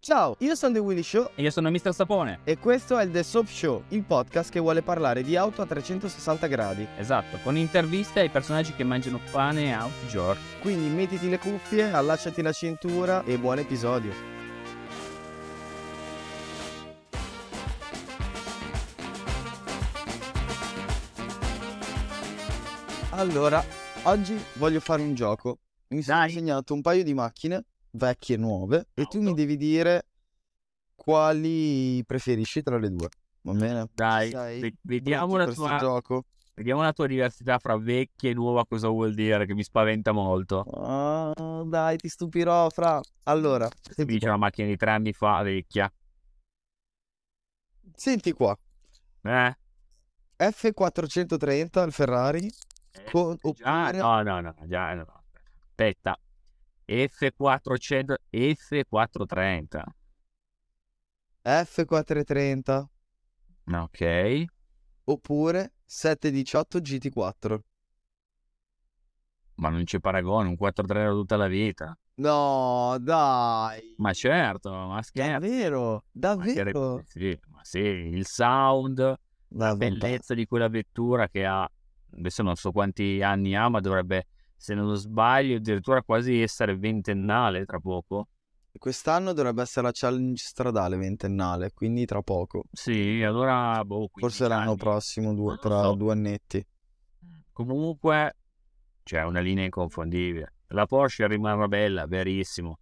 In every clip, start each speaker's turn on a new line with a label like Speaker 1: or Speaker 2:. Speaker 1: Ciao, io sono The Willy Show
Speaker 2: E io sono Mr. Sapone.
Speaker 1: e questo è il The Soap Show, il podcast che vuole parlare di auto a 360 gradi.
Speaker 2: Esatto, con interviste ai personaggi che mangiano pane a tutti i giorni.
Speaker 1: Quindi mettiti le cuffie, allacciati la cintura e buon episodio. Allora, oggi voglio fare un gioco. Mi sono
Speaker 2: Dai.
Speaker 1: segnato un paio di macchine, vecchie e nuove, e tu mi
Speaker 2: Auto.
Speaker 1: devi dire quali preferisci tra le due. Va bene?
Speaker 2: Dai,
Speaker 1: Sai,
Speaker 2: ve- vediamo la,
Speaker 1: per sto
Speaker 2: tua,
Speaker 1: gioco.
Speaker 2: vediamo la tua diversità fra vecchia e nuova, cosa vuol dire, che mi spaventa molto.
Speaker 1: Ah, dai, ti stupirò, fra. Allora,
Speaker 2: Mi dice una macchina di tre anni fa, vecchia.
Speaker 1: senti qua.
Speaker 2: Eh?
Speaker 1: F430 il Ferrari con-
Speaker 2: Eh, Già,
Speaker 1: oppure-
Speaker 2: no, no, no, già, no, no. Aspetta. F400, F430.
Speaker 1: F430
Speaker 2: Ok.
Speaker 1: oppure 718 GT4.
Speaker 2: Ma non c'è paragone, un 430 tutta la vita.
Speaker 1: No, dai.
Speaker 2: Ma certo, ma scherzo.
Speaker 1: Davvero?
Speaker 2: Ma che re-
Speaker 1: Davvero?
Speaker 2: Sì, ma sì, il sound,
Speaker 1: La
Speaker 2: bellezza di quella vettura che ha, adesso non so quanti anni ha, ma dovrebbe, se non sbaglio, addirittura quasi essere ventennale tra poco.
Speaker 1: Quest'anno dovrebbe essere la challenge stradale ventennale, quindi tra poco.
Speaker 2: Sì, allora, boh, 15
Speaker 1: Forse l'anno
Speaker 2: anni.
Speaker 1: prossimo, due-
Speaker 2: Non lo
Speaker 1: tra
Speaker 2: so.
Speaker 1: due annetti.
Speaker 2: Comunque, c'è una linea inconfondibile. La Porsche rimarrà bella, verissimo.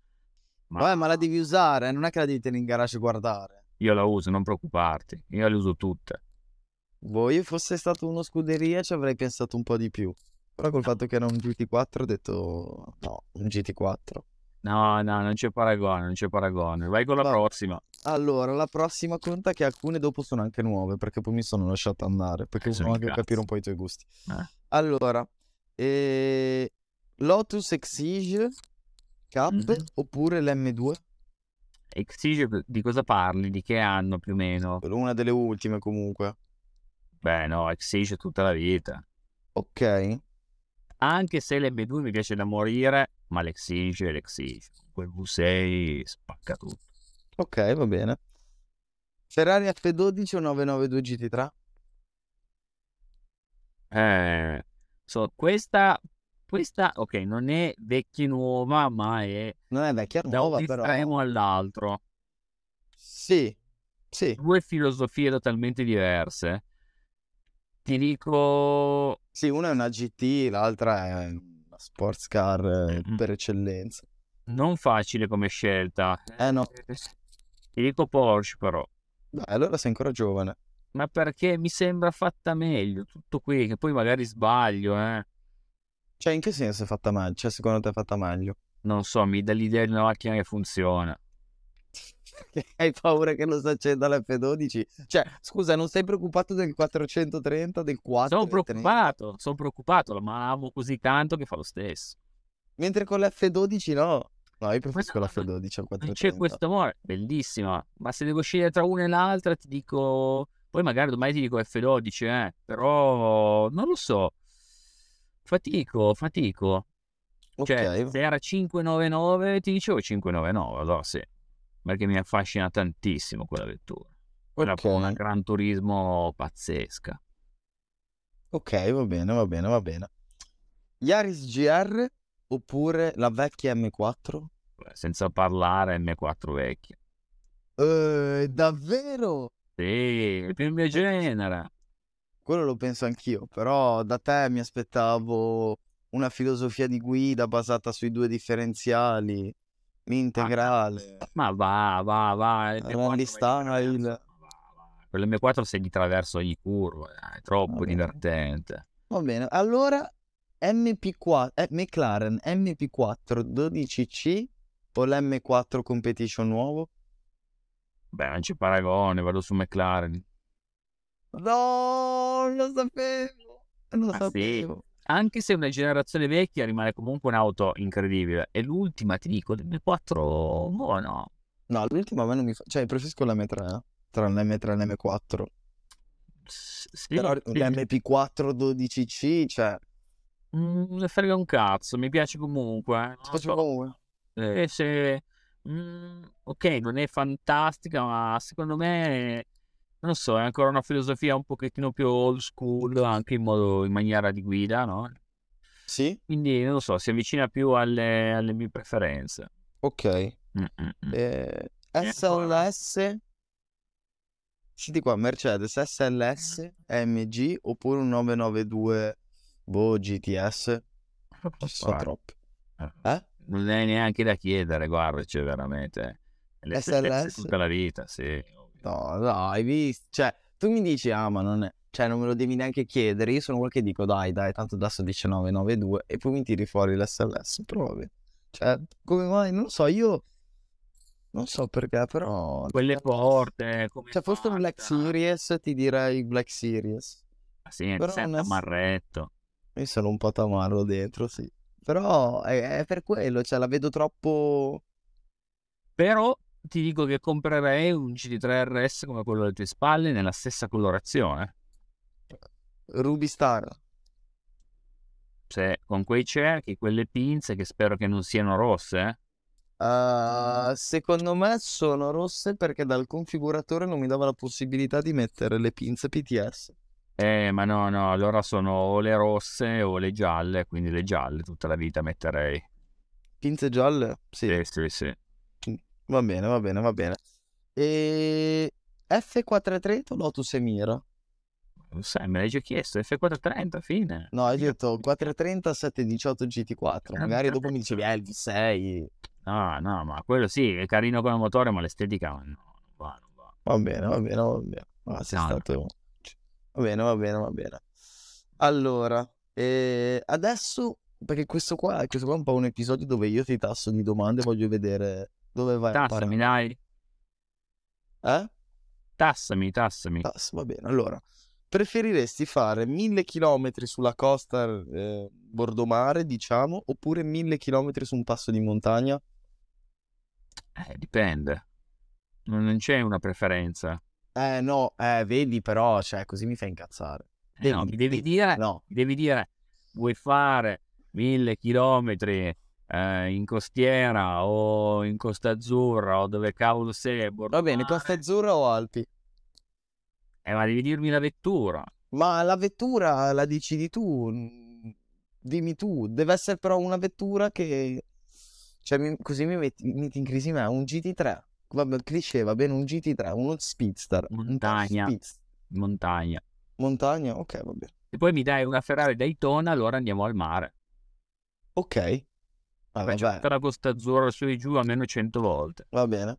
Speaker 2: Ma
Speaker 1: Vabbè, ma la devi usare, non è che la devi tenere in garage e guardare.
Speaker 2: io la uso, non preoccuparti. Io le uso tutte.
Speaker 1: Boh, io fosse stato uno scuderia ci avrei pensato un po' di più. Però col fatto che era un GT4 ho detto no, un GT4.
Speaker 2: No, no, non c'è paragone, non c'è paragone. Vai con la
Speaker 1: Va-
Speaker 2: prossima.
Speaker 1: Allora, la prossima conta che alcune dopo sono anche nuove, perché poi mi sono lasciato andare, perché
Speaker 2: Eh, sono
Speaker 1: volevo anche
Speaker 2: cazzo.
Speaker 1: capire un po' i tuoi gusti.
Speaker 2: Eh.
Speaker 1: Allora, eh, Lotus Exige Cup
Speaker 2: Mhm. oppure
Speaker 1: l'M2?
Speaker 2: Exige di cosa parli? Di che anno più o meno?
Speaker 1: Una delle ultime comunque.
Speaker 2: Beh, no, Exige tutta la vita.
Speaker 1: Ok.
Speaker 2: Anche se l'M2 mi piace da morire, ma l'Exige è l'Exige. Quel V6 spacca tutto.
Speaker 1: Ok, va bene. Ferrari F12 o 992 GT3?
Speaker 2: Eh, so, questa, questa, ok, non è vecchia nuova, ma è
Speaker 1: Non è vecchia,
Speaker 2: da
Speaker 1: nuova
Speaker 2: un
Speaker 1: però.
Speaker 2: estremo all'altro.
Speaker 1: Sì, sì,
Speaker 2: Due filosofie totalmente diverse. Ti dico,
Speaker 1: sì, una è una GT, l'altra è una sports car eh,
Speaker 2: Mm.
Speaker 1: per eccellenza.
Speaker 2: non facile come scelta.
Speaker 1: Eh no,
Speaker 2: Ti dico Porsche, però.
Speaker 1: dai, allora sei ancora giovane.
Speaker 2: Ma perché mi sembra fatta meglio tutto qui, che poi magari sbaglio, eh.
Speaker 1: Cioè, in che senso è fatta meglio? Cioè, secondo te è fatta meglio?
Speaker 2: Non so, mi dà l'idea di una macchina che funziona.
Speaker 1: Perché hai paura che non si accenda l'F12? Cioè, scusa, non sei preoccupato del 430, del 4?
Speaker 2: Sono preoccupato, sono preoccupato, ma amo così tanto che fa lo stesso.
Speaker 1: Mentre con l'F12 no. No, io preferisco
Speaker 2: no,
Speaker 1: l'F12 al
Speaker 2: Non c'è
Speaker 1: 430.
Speaker 2: questo amore, bellissima, ma se devo scegliere tra una e l'altra ti dico... Poi magari domani ti dico F12, eh, però non lo so. Fatico, fatico. Cioè,
Speaker 1: Ok,
Speaker 2: se era 599 ti dicevo 599, allora sì. Perché mi affascina tantissimo quella vettura. Quella
Speaker 1: ok.
Speaker 2: fa una Gran Turismo pazzesca.
Speaker 1: Ok, va bene, va bene, va bene. Yaris GR oppure la vecchia M4?
Speaker 2: cioè, Senza parlare M4 vecchia.
Speaker 1: Eh, davvero?
Speaker 2: Sì, è più il mio genere.
Speaker 1: Quello lo penso anch'io, però da te mi aspettavo una filosofia di guida basata sui due differenziali,
Speaker 2: Ah.
Speaker 1: l'integrale.
Speaker 2: Ma va, va, va. il M4
Speaker 1: Rally
Speaker 2: vai di traverso.
Speaker 1: style.
Speaker 2: Ma va, va. Con l'M4 sei di traverso ogni curva. eh, È troppo
Speaker 1: Vabbè.
Speaker 2: divertente.
Speaker 1: Va bene, allora MP4, eh, McLaren MP4 12C o l'M4 Competition nuovo?
Speaker 2: Beh, non c'è paragone. Vado su McLaren.
Speaker 1: No, non lo sapevo, non lo
Speaker 2: Ah, sì?
Speaker 1: sapevo.
Speaker 2: Anche se è una generazione vecchia, rimane comunque un'auto incredibile. E l'ultima, ti dico, l'M4 buono.
Speaker 1: No, l'ultima a me non mi fa... Cioè, preferisco l'M3, eh, tra l'M3 e l'M4.
Speaker 2: S- Sì,
Speaker 1: Però
Speaker 2: sì.
Speaker 1: l'MP4 12C, cioè...
Speaker 2: Mm, Non ne frega un cazzo. Mi piace comunque. eh. Non lo so.
Speaker 1: Faccio comunque.
Speaker 2: Eh, se mm, ok, non è fantastica, ma secondo me, non so, è ancora una filosofia un pochettino più old school, anche in, modo, in maniera di guida, no?
Speaker 1: Sì?
Speaker 2: Quindi, non lo so, si avvicina più alle, alle mie preferenze.
Speaker 1: Ok.
Speaker 2: Mm, mm, mm.
Speaker 1: Eh, SLS? Senti qua, Mercedes SLS, MG oppure un 992 boh, GTS? Ci sono
Speaker 2: Guarda,
Speaker 1: troppi.
Speaker 2: Non è neanche da chiedere, guarda, c'è veramente... eh. Le
Speaker 1: SLS?
Speaker 2: stesse tutta la vita, sì. ovvio.
Speaker 1: No, no, hai visto? Cioè, tu mi dici, ah, ma non è... Cioè, non me lo devi neanche chiedere. Io sono quello che dico, dai, dai, tanto adesso 1992 e poi mi tiri fuori l'SLS. Provi. Cioè, come mai? Non lo so, io... Non so perché, però...
Speaker 2: Quelle porte, come
Speaker 1: Cioè, fosse un Black
Speaker 2: fatta.
Speaker 1: Series, ti direi Black Series.
Speaker 2: Ah, Sì,
Speaker 1: Però
Speaker 2: senza
Speaker 1: non è-
Speaker 2: marretto.
Speaker 1: Io sono un patamarro dentro, sì. Però è, è per quello, cioè, la vedo troppo...
Speaker 2: Però ti dico che comprerei un GT3 RS come quello alle tue spalle nella stessa colorazione.
Speaker 1: Ruby Star.
Speaker 2: Cioè, con quei cerchi, quelle pinze che spero che non siano rosse.
Speaker 1: Uh, secondo me sono rosse perché dal configuratore non mi dava la possibilità di mettere le pinze PTS.
Speaker 2: Eh, ma no, no, allora sono o le rosse o le gialle, quindi le gialle tutta la vita metterei.
Speaker 1: Pinze gialle? Sì,
Speaker 2: Sì, sì, sì.
Speaker 1: va bene, va bene, va bene. E F430 o Lotus Emira?
Speaker 2: Lo sai, me l'hai già chiesto, F430, fine.
Speaker 1: No, hai detto 430 718 GT4. Magari dopo mi dicevi, eh, il V6.
Speaker 2: No, no, ma quello sì, è carino come motore, ma l'estetica no, non va, non va.
Speaker 1: Va bene, va bene, va bene. Ah, sei
Speaker 2: No, no.
Speaker 1: stato... cioè, Va bene, va bene, va bene. Allora, eh, adesso, perché questo qua, questo qua è un po' un episodio dove io ti tasso di domande e voglio vedere dove vai a
Speaker 2: Tassami,
Speaker 1: parare.
Speaker 2: dai,
Speaker 1: Eh?
Speaker 2: tassami, tassami.
Speaker 1: Tasso, va bene. Allora, preferiresti fare 1000 km sulla costa eh, bordomare, diciamo, oppure 1000 km su un passo di montagna?
Speaker 2: Eh, dipende. Non non c'è una preferenza.
Speaker 1: Eh no, eh, vedi però, cioè, così mi fa incazzare.
Speaker 2: Eh no, mi devi dire,
Speaker 1: No,
Speaker 2: mi devi dire, vuoi fare mille chilometri eh, in costiera o in Costa Azzurra o dove cavolo sei,
Speaker 1: va bene,
Speaker 2: Ah.
Speaker 1: Costa Azzurra o Alpi?
Speaker 2: Eh, ma devi dirmi la vettura.
Speaker 1: Ma la vettura la decidi tu, n- dimmi tu, deve essere però una vettura che, cioè mi- così mi metti, metti in crisi me, un GT3, vabbè, cliché, va bene, un GT3, uno speedster, un
Speaker 2: Montagna.
Speaker 1: speedster.
Speaker 2: in Montagna.
Speaker 1: montagna, ok, va bene,
Speaker 2: Se poi mi dai una Ferrari Daytona, allora andiamo al mare.
Speaker 1: ok, Ah,
Speaker 2: Faccio
Speaker 1: vabbè,
Speaker 2: tutta la Costa Azzurra su e giù almeno 100 volte.
Speaker 1: va bene.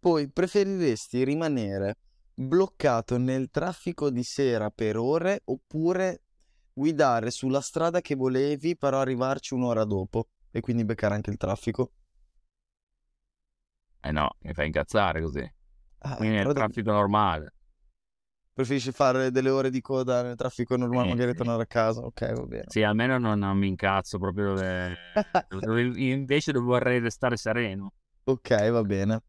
Speaker 1: Poi preferiresti rimanere bloccato nel traffico di sera per ore oppure guidare sulla strada che volevi però arrivarci un'ora dopo e quindi beccare anche il traffico?
Speaker 2: Eh no, mi fa incazzare così.
Speaker 1: Ah,
Speaker 2: Quindi è
Speaker 1: però
Speaker 2: il
Speaker 1: devi-
Speaker 2: traffico normale.
Speaker 1: preferisci fare delle ore di coda nel traffico normale,
Speaker 2: Eh,
Speaker 1: magari
Speaker 2: sì.
Speaker 1: tornare a casa. Ok, va bene.
Speaker 2: Sì, almeno non, non mi incazzo proprio. dove- dove- invece dove vorrei restare sereno.
Speaker 1: Ok, va bene.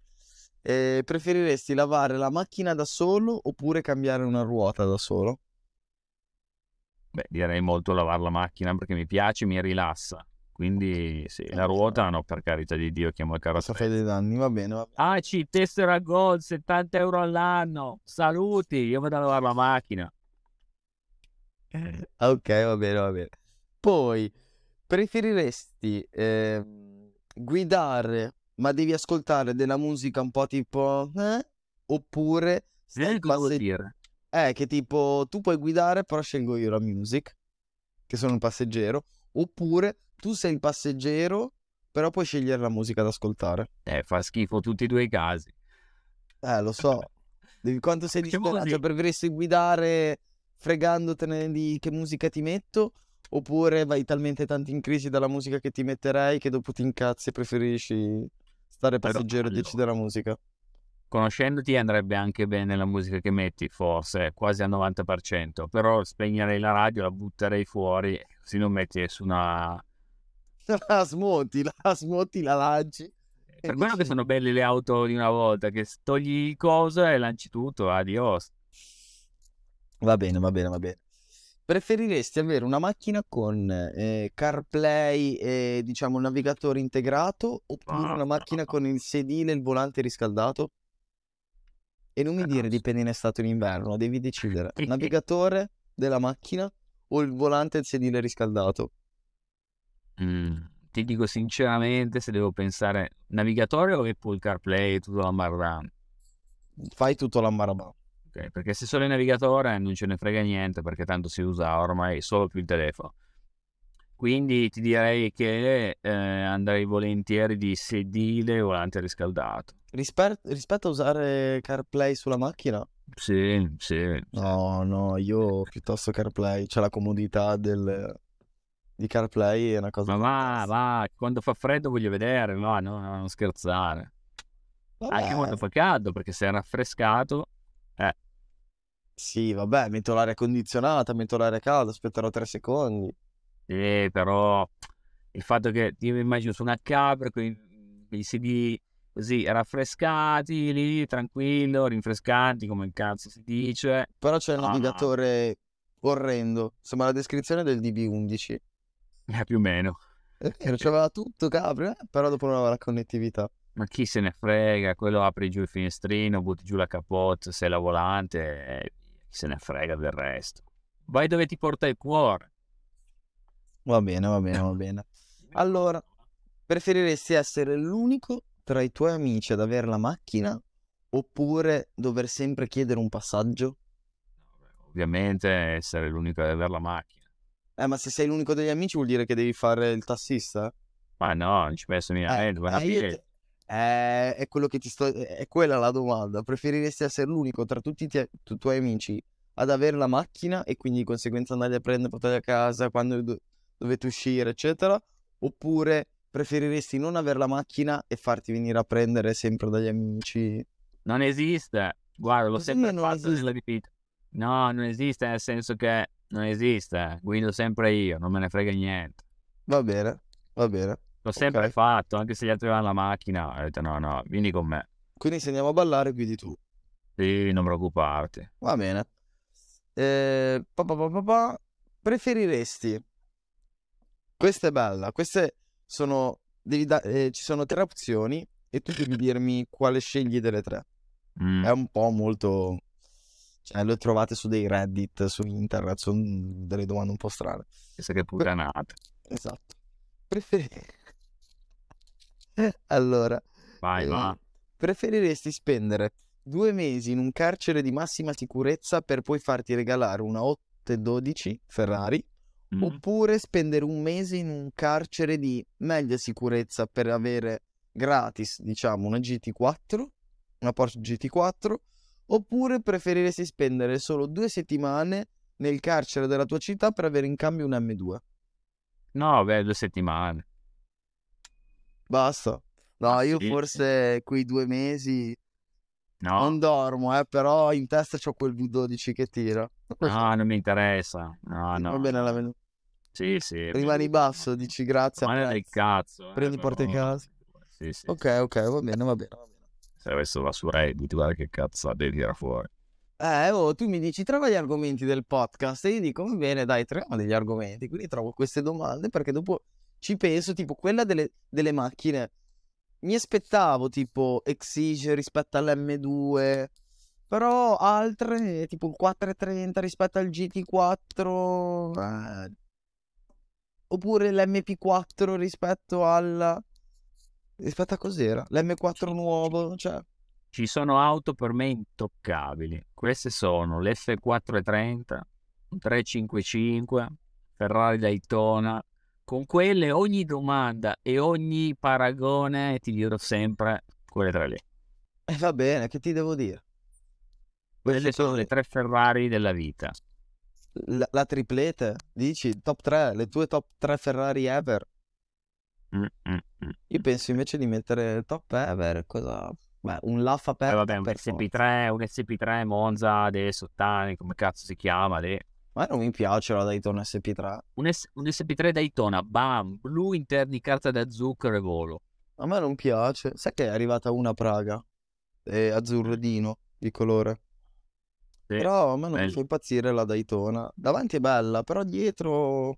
Speaker 1: E preferiresti lavare la macchina da solo oppure cambiare una ruota da solo?
Speaker 2: Beh, direi molto lavare la macchina perché mi piace, mi rilassa. Quindi sì, la ruota no, per carità di Dio, chiamo il
Speaker 1: Certo. Cosa fai
Speaker 2: carrozzeria.
Speaker 1: dei danni? Va bene, va bene.
Speaker 2: Aci, Ah, tessera gol, 70 euro all'anno. Saluti, io vado a lavare la macchina.
Speaker 1: Ah, Ok, va bene, va bene. Poi, preferiresti ehm, guidare, ma devi ascoltare della musica un po' tipo... eh? Oppure... stai
Speaker 2: Eh, cosa vuol
Speaker 1: passeggiando
Speaker 2: dire?
Speaker 1: Eh, che tipo tu puoi guidare, però scelgo io la music, che sono il passeggero, oppure tu sei il passeggero, però puoi scegliere la musica da ascoltare.
Speaker 2: Eh, fa schifo tutti e due i casi.
Speaker 1: Eh, lo so, devi quanto sei
Speaker 2: Facciamo
Speaker 1: disperato, cioè
Speaker 2: così.
Speaker 1: preferisci guidare fregandotene di che musica ti metto, oppure vai talmente tanto in crisi dalla musica che ti metterei che dopo ti incazzi e preferisci stare
Speaker 2: Però,
Speaker 1: passeggero e
Speaker 2: allora.
Speaker 1: decidere la musica.
Speaker 2: Conoscendoti andrebbe anche bene la musica che metti, forse, eh, quasi al 90%, però spegnerei la radio, la butterei fuori, così non metti nessuna...
Speaker 1: La smonti, la smonti, la lanci.
Speaker 2: Eh, Per quello che sono belle le auto di una volta, che togli cosa e lanci tutto, adios.
Speaker 1: Va bene, va bene, va bene. Preferiresti avere una macchina con eh, CarPlay e diciamo un navigatore integrato oppure una macchina con il sedile e il volante riscaldato? E non mi dire dipende in estate o in inverno, devi decidere. Navigatore della macchina o il volante e il sedile riscaldato?
Speaker 2: Mm, ti dico sinceramente se devo pensare navigatore o Apple CarPlay e tutto la marrana.
Speaker 1: Fai tutto l'ammarabà.
Speaker 2: Ok, perché se solo il navigatore non ce ne frega niente perché tanto si usa ormai solo più il telefono. Quindi ti direi che eh, andrei volentieri di sedile e volante riscaldato.
Speaker 1: Risper- rispetto a usare CarPlay sulla macchina?
Speaker 2: Sì, sì. sì.
Speaker 1: No, no, io piuttosto CarPlay, cioè la comodità del, di CarPlay è una cosa
Speaker 2: Ma va,
Speaker 1: fantastica.
Speaker 2: va, quando fa freddo voglio vedere, no, no, no, non scherzare.
Speaker 1: Vabbè,
Speaker 2: Anche quando fa caldo perché se è raffrescato,
Speaker 1: Sì, vabbè, metto l'aria condizionata, metto l'aria calda, aspetterò tre secondi.
Speaker 2: eh, però il fatto che io mi immagino su una capra con i- con i sedili così raffrescati lì, tranquillo, rinfrescanti come cazzo si dice.
Speaker 1: Però c'è il
Speaker 2: Ah.
Speaker 1: navigatore orrendo, sembra la descrizione del DB11.
Speaker 2: Eh, più o meno.
Speaker 1: È vero, c'aveva tutto, Capri, eh, però dopo non aveva la connettività.
Speaker 2: Ma chi se ne frega? Quello apri giù il finestrino, butti giù la capota, sei la volante, eh, chi se ne frega del resto. Vai dove ti porta il cuore.
Speaker 1: Va bene, va bene, va bene. Allora, preferiresti essere l'unico tra i tuoi amici ad avere la macchina oppure dover sempre chiedere un passaggio?
Speaker 2: Ovviamente essere l'unico ad avere la macchina.
Speaker 1: Eh, ma se sei l'unico degli amici vuol dire che devi fare il tassista?
Speaker 2: Ma no, non ci penso mica. Eh, dove
Speaker 1: eh, io te- eh, è quello che ti sto... è quella la domanda. Preferiresti essere l'unico tra tutti i tie- tu- tuoi amici ad avere la macchina e quindi di conseguenza andare a prendere, portare a casa quando do- dovete uscire, eccetera? Oppure preferiresti non avere la macchina e farti venire a prendere sempre dagli amici?
Speaker 2: Non esiste. Guarda, l'ho
Speaker 1: Così
Speaker 2: sempre
Speaker 1: non
Speaker 2: fatto
Speaker 1: esiste.
Speaker 2: nella vita. No, non esiste nel senso che non esiste. Guido sempre io, non me ne frega niente.
Speaker 1: Va bene, va bene.
Speaker 2: L'ho sempre
Speaker 1: Ok.
Speaker 2: fatto, anche se gli altri avevano la macchina. Ho detto no, no, vieni con me.
Speaker 1: Quindi se andiamo a ballare, guidi tu.
Speaker 2: Sì, non preoccuparti.
Speaker 1: Va bene. Eh, pa pa pa pa pa. Preferiresti? Questa è bella. Queste sono. devi da- eh, ci sono tre opzioni e tu devi dirmi quale scegli delle tre.
Speaker 2: Mm.
Speaker 1: È un po' molto. Cioè, lo trovate su dei Reddit, su internet, sono delle domande un po' strane.
Speaker 2: Pensa che puttanate.
Speaker 1: Esatto. Preferiresti. Allora,
Speaker 2: Vai,
Speaker 1: eh,
Speaker 2: va.
Speaker 1: Preferiresti spendere due mesi in un carcere di massima sicurezza per poi farti regalare una 812 Ferrari
Speaker 2: Mm.
Speaker 1: oppure spendere un mese in un carcere di media sicurezza per avere gratis, diciamo, una GT4, una Porsche GT4 oppure preferiresti spendere solo due settimane nel carcere della tua città per avere in cambio un M2?
Speaker 2: No, beh, due settimane.
Speaker 1: Basta. No,
Speaker 2: Ah,
Speaker 1: io
Speaker 2: sì?
Speaker 1: forse quei due mesi
Speaker 2: No,
Speaker 1: Non dormo, eh, però in testa c'ho quel V12 che tira.
Speaker 2: no, non mi interessa. Ah, No,
Speaker 1: Va
Speaker 2: no.
Speaker 1: bene, la...
Speaker 2: Sì, sì.
Speaker 1: rimani basso, dici grazie.
Speaker 2: Ma del
Speaker 1: apprezzo.
Speaker 2: cazzo. eh,
Speaker 1: Prendi
Speaker 2: però.
Speaker 1: porta casa.
Speaker 2: Sì, sì, sì.
Speaker 1: Ok, ok, va bene, va bene. va bene.
Speaker 2: Se adesso va su Reddit, guarda che cazzo devi tirare fuori.
Speaker 1: Eh, oh, tu mi dici trova gli argomenti del podcast e io dico, va bene, dai, troviamo degli argomenti. Quindi trovo queste domande perché dopo ci penso, tipo quella delle, delle macchine. Mi aspettavo tipo Exige rispetto all'M2, però altre, tipo il 430 rispetto al GT4, eh, oppure l'MP4 rispetto al... rispetto a cos'era? L'M4 nuovo, cioè...
Speaker 2: Ci sono auto per me intoccabili. Queste sono l'F430, un 355, Ferrari Daytona. Con quelle ogni domanda e ogni paragone ti dirò sempre quelle tre lì.
Speaker 1: E Eh, va bene, che ti devo dire?
Speaker 2: Quelle sono le tre Ferrari della vita.
Speaker 1: La, la triplete, dici, top 3, le tue top 3 Ferrari ever.
Speaker 2: Mm, mm, mm.
Speaker 1: Io penso invece di mettere top ever, cosa... Beh, un Laffa
Speaker 2: Eh,
Speaker 1: per...
Speaker 2: vabbè, un
Speaker 1: per forza.
Speaker 2: SP3, un SP3 Monza dei Sottani, come cazzo si chiama lì.
Speaker 1: Ma non mi piace la Daytona SP3.
Speaker 2: Un, S- un SP3 Daytona, bam, blu interni carta da zucchero e volo.
Speaker 1: A me non piace. Sai che è arrivata una a Praga? È azzurrino di colore.
Speaker 2: Sì.
Speaker 1: Però a me non mi
Speaker 2: bello.
Speaker 1: fa impazzire la Daytona. Davanti è bella, però dietro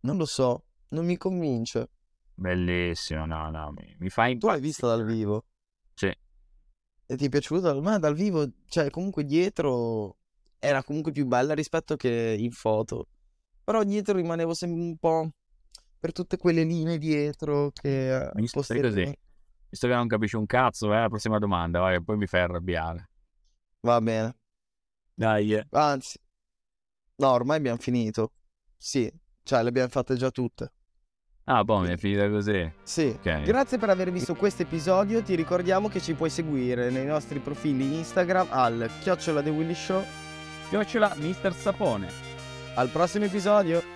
Speaker 1: non lo so, non mi convince.
Speaker 2: Bellissimo, no, no, mi, mi fa
Speaker 1: Tu l'hai vista dal
Speaker 2: impazzire.
Speaker 1: vivo?
Speaker 2: Sì.
Speaker 1: E ti è piaciuta? Ma dal vivo, cioè comunque dietro era comunque più bella rispetto che in foto. Però dietro rimanevo sempre un po' per tutte quelle linee dietro che eh,
Speaker 2: Mi stai così.
Speaker 1: posteriormente-
Speaker 2: Visto che non capisci un cazzo, vai alla prossima domanda, vai, che poi mi fai arrabbiare.
Speaker 1: Va bene.
Speaker 2: Dai,
Speaker 1: Anzi, no, ormai abbiamo finito. Sì, cioè le abbiamo fatte già tutte.
Speaker 2: Ah, boh, mi è finita così.
Speaker 1: Sì,
Speaker 2: Ok.
Speaker 1: grazie per aver visto questo episodio. Ti ricordiamo che ci puoi seguire nei nostri profili Instagram al chiocciola The Willy Show.
Speaker 2: Chiocciola Mister Sapone.
Speaker 1: Al prossimo episodio!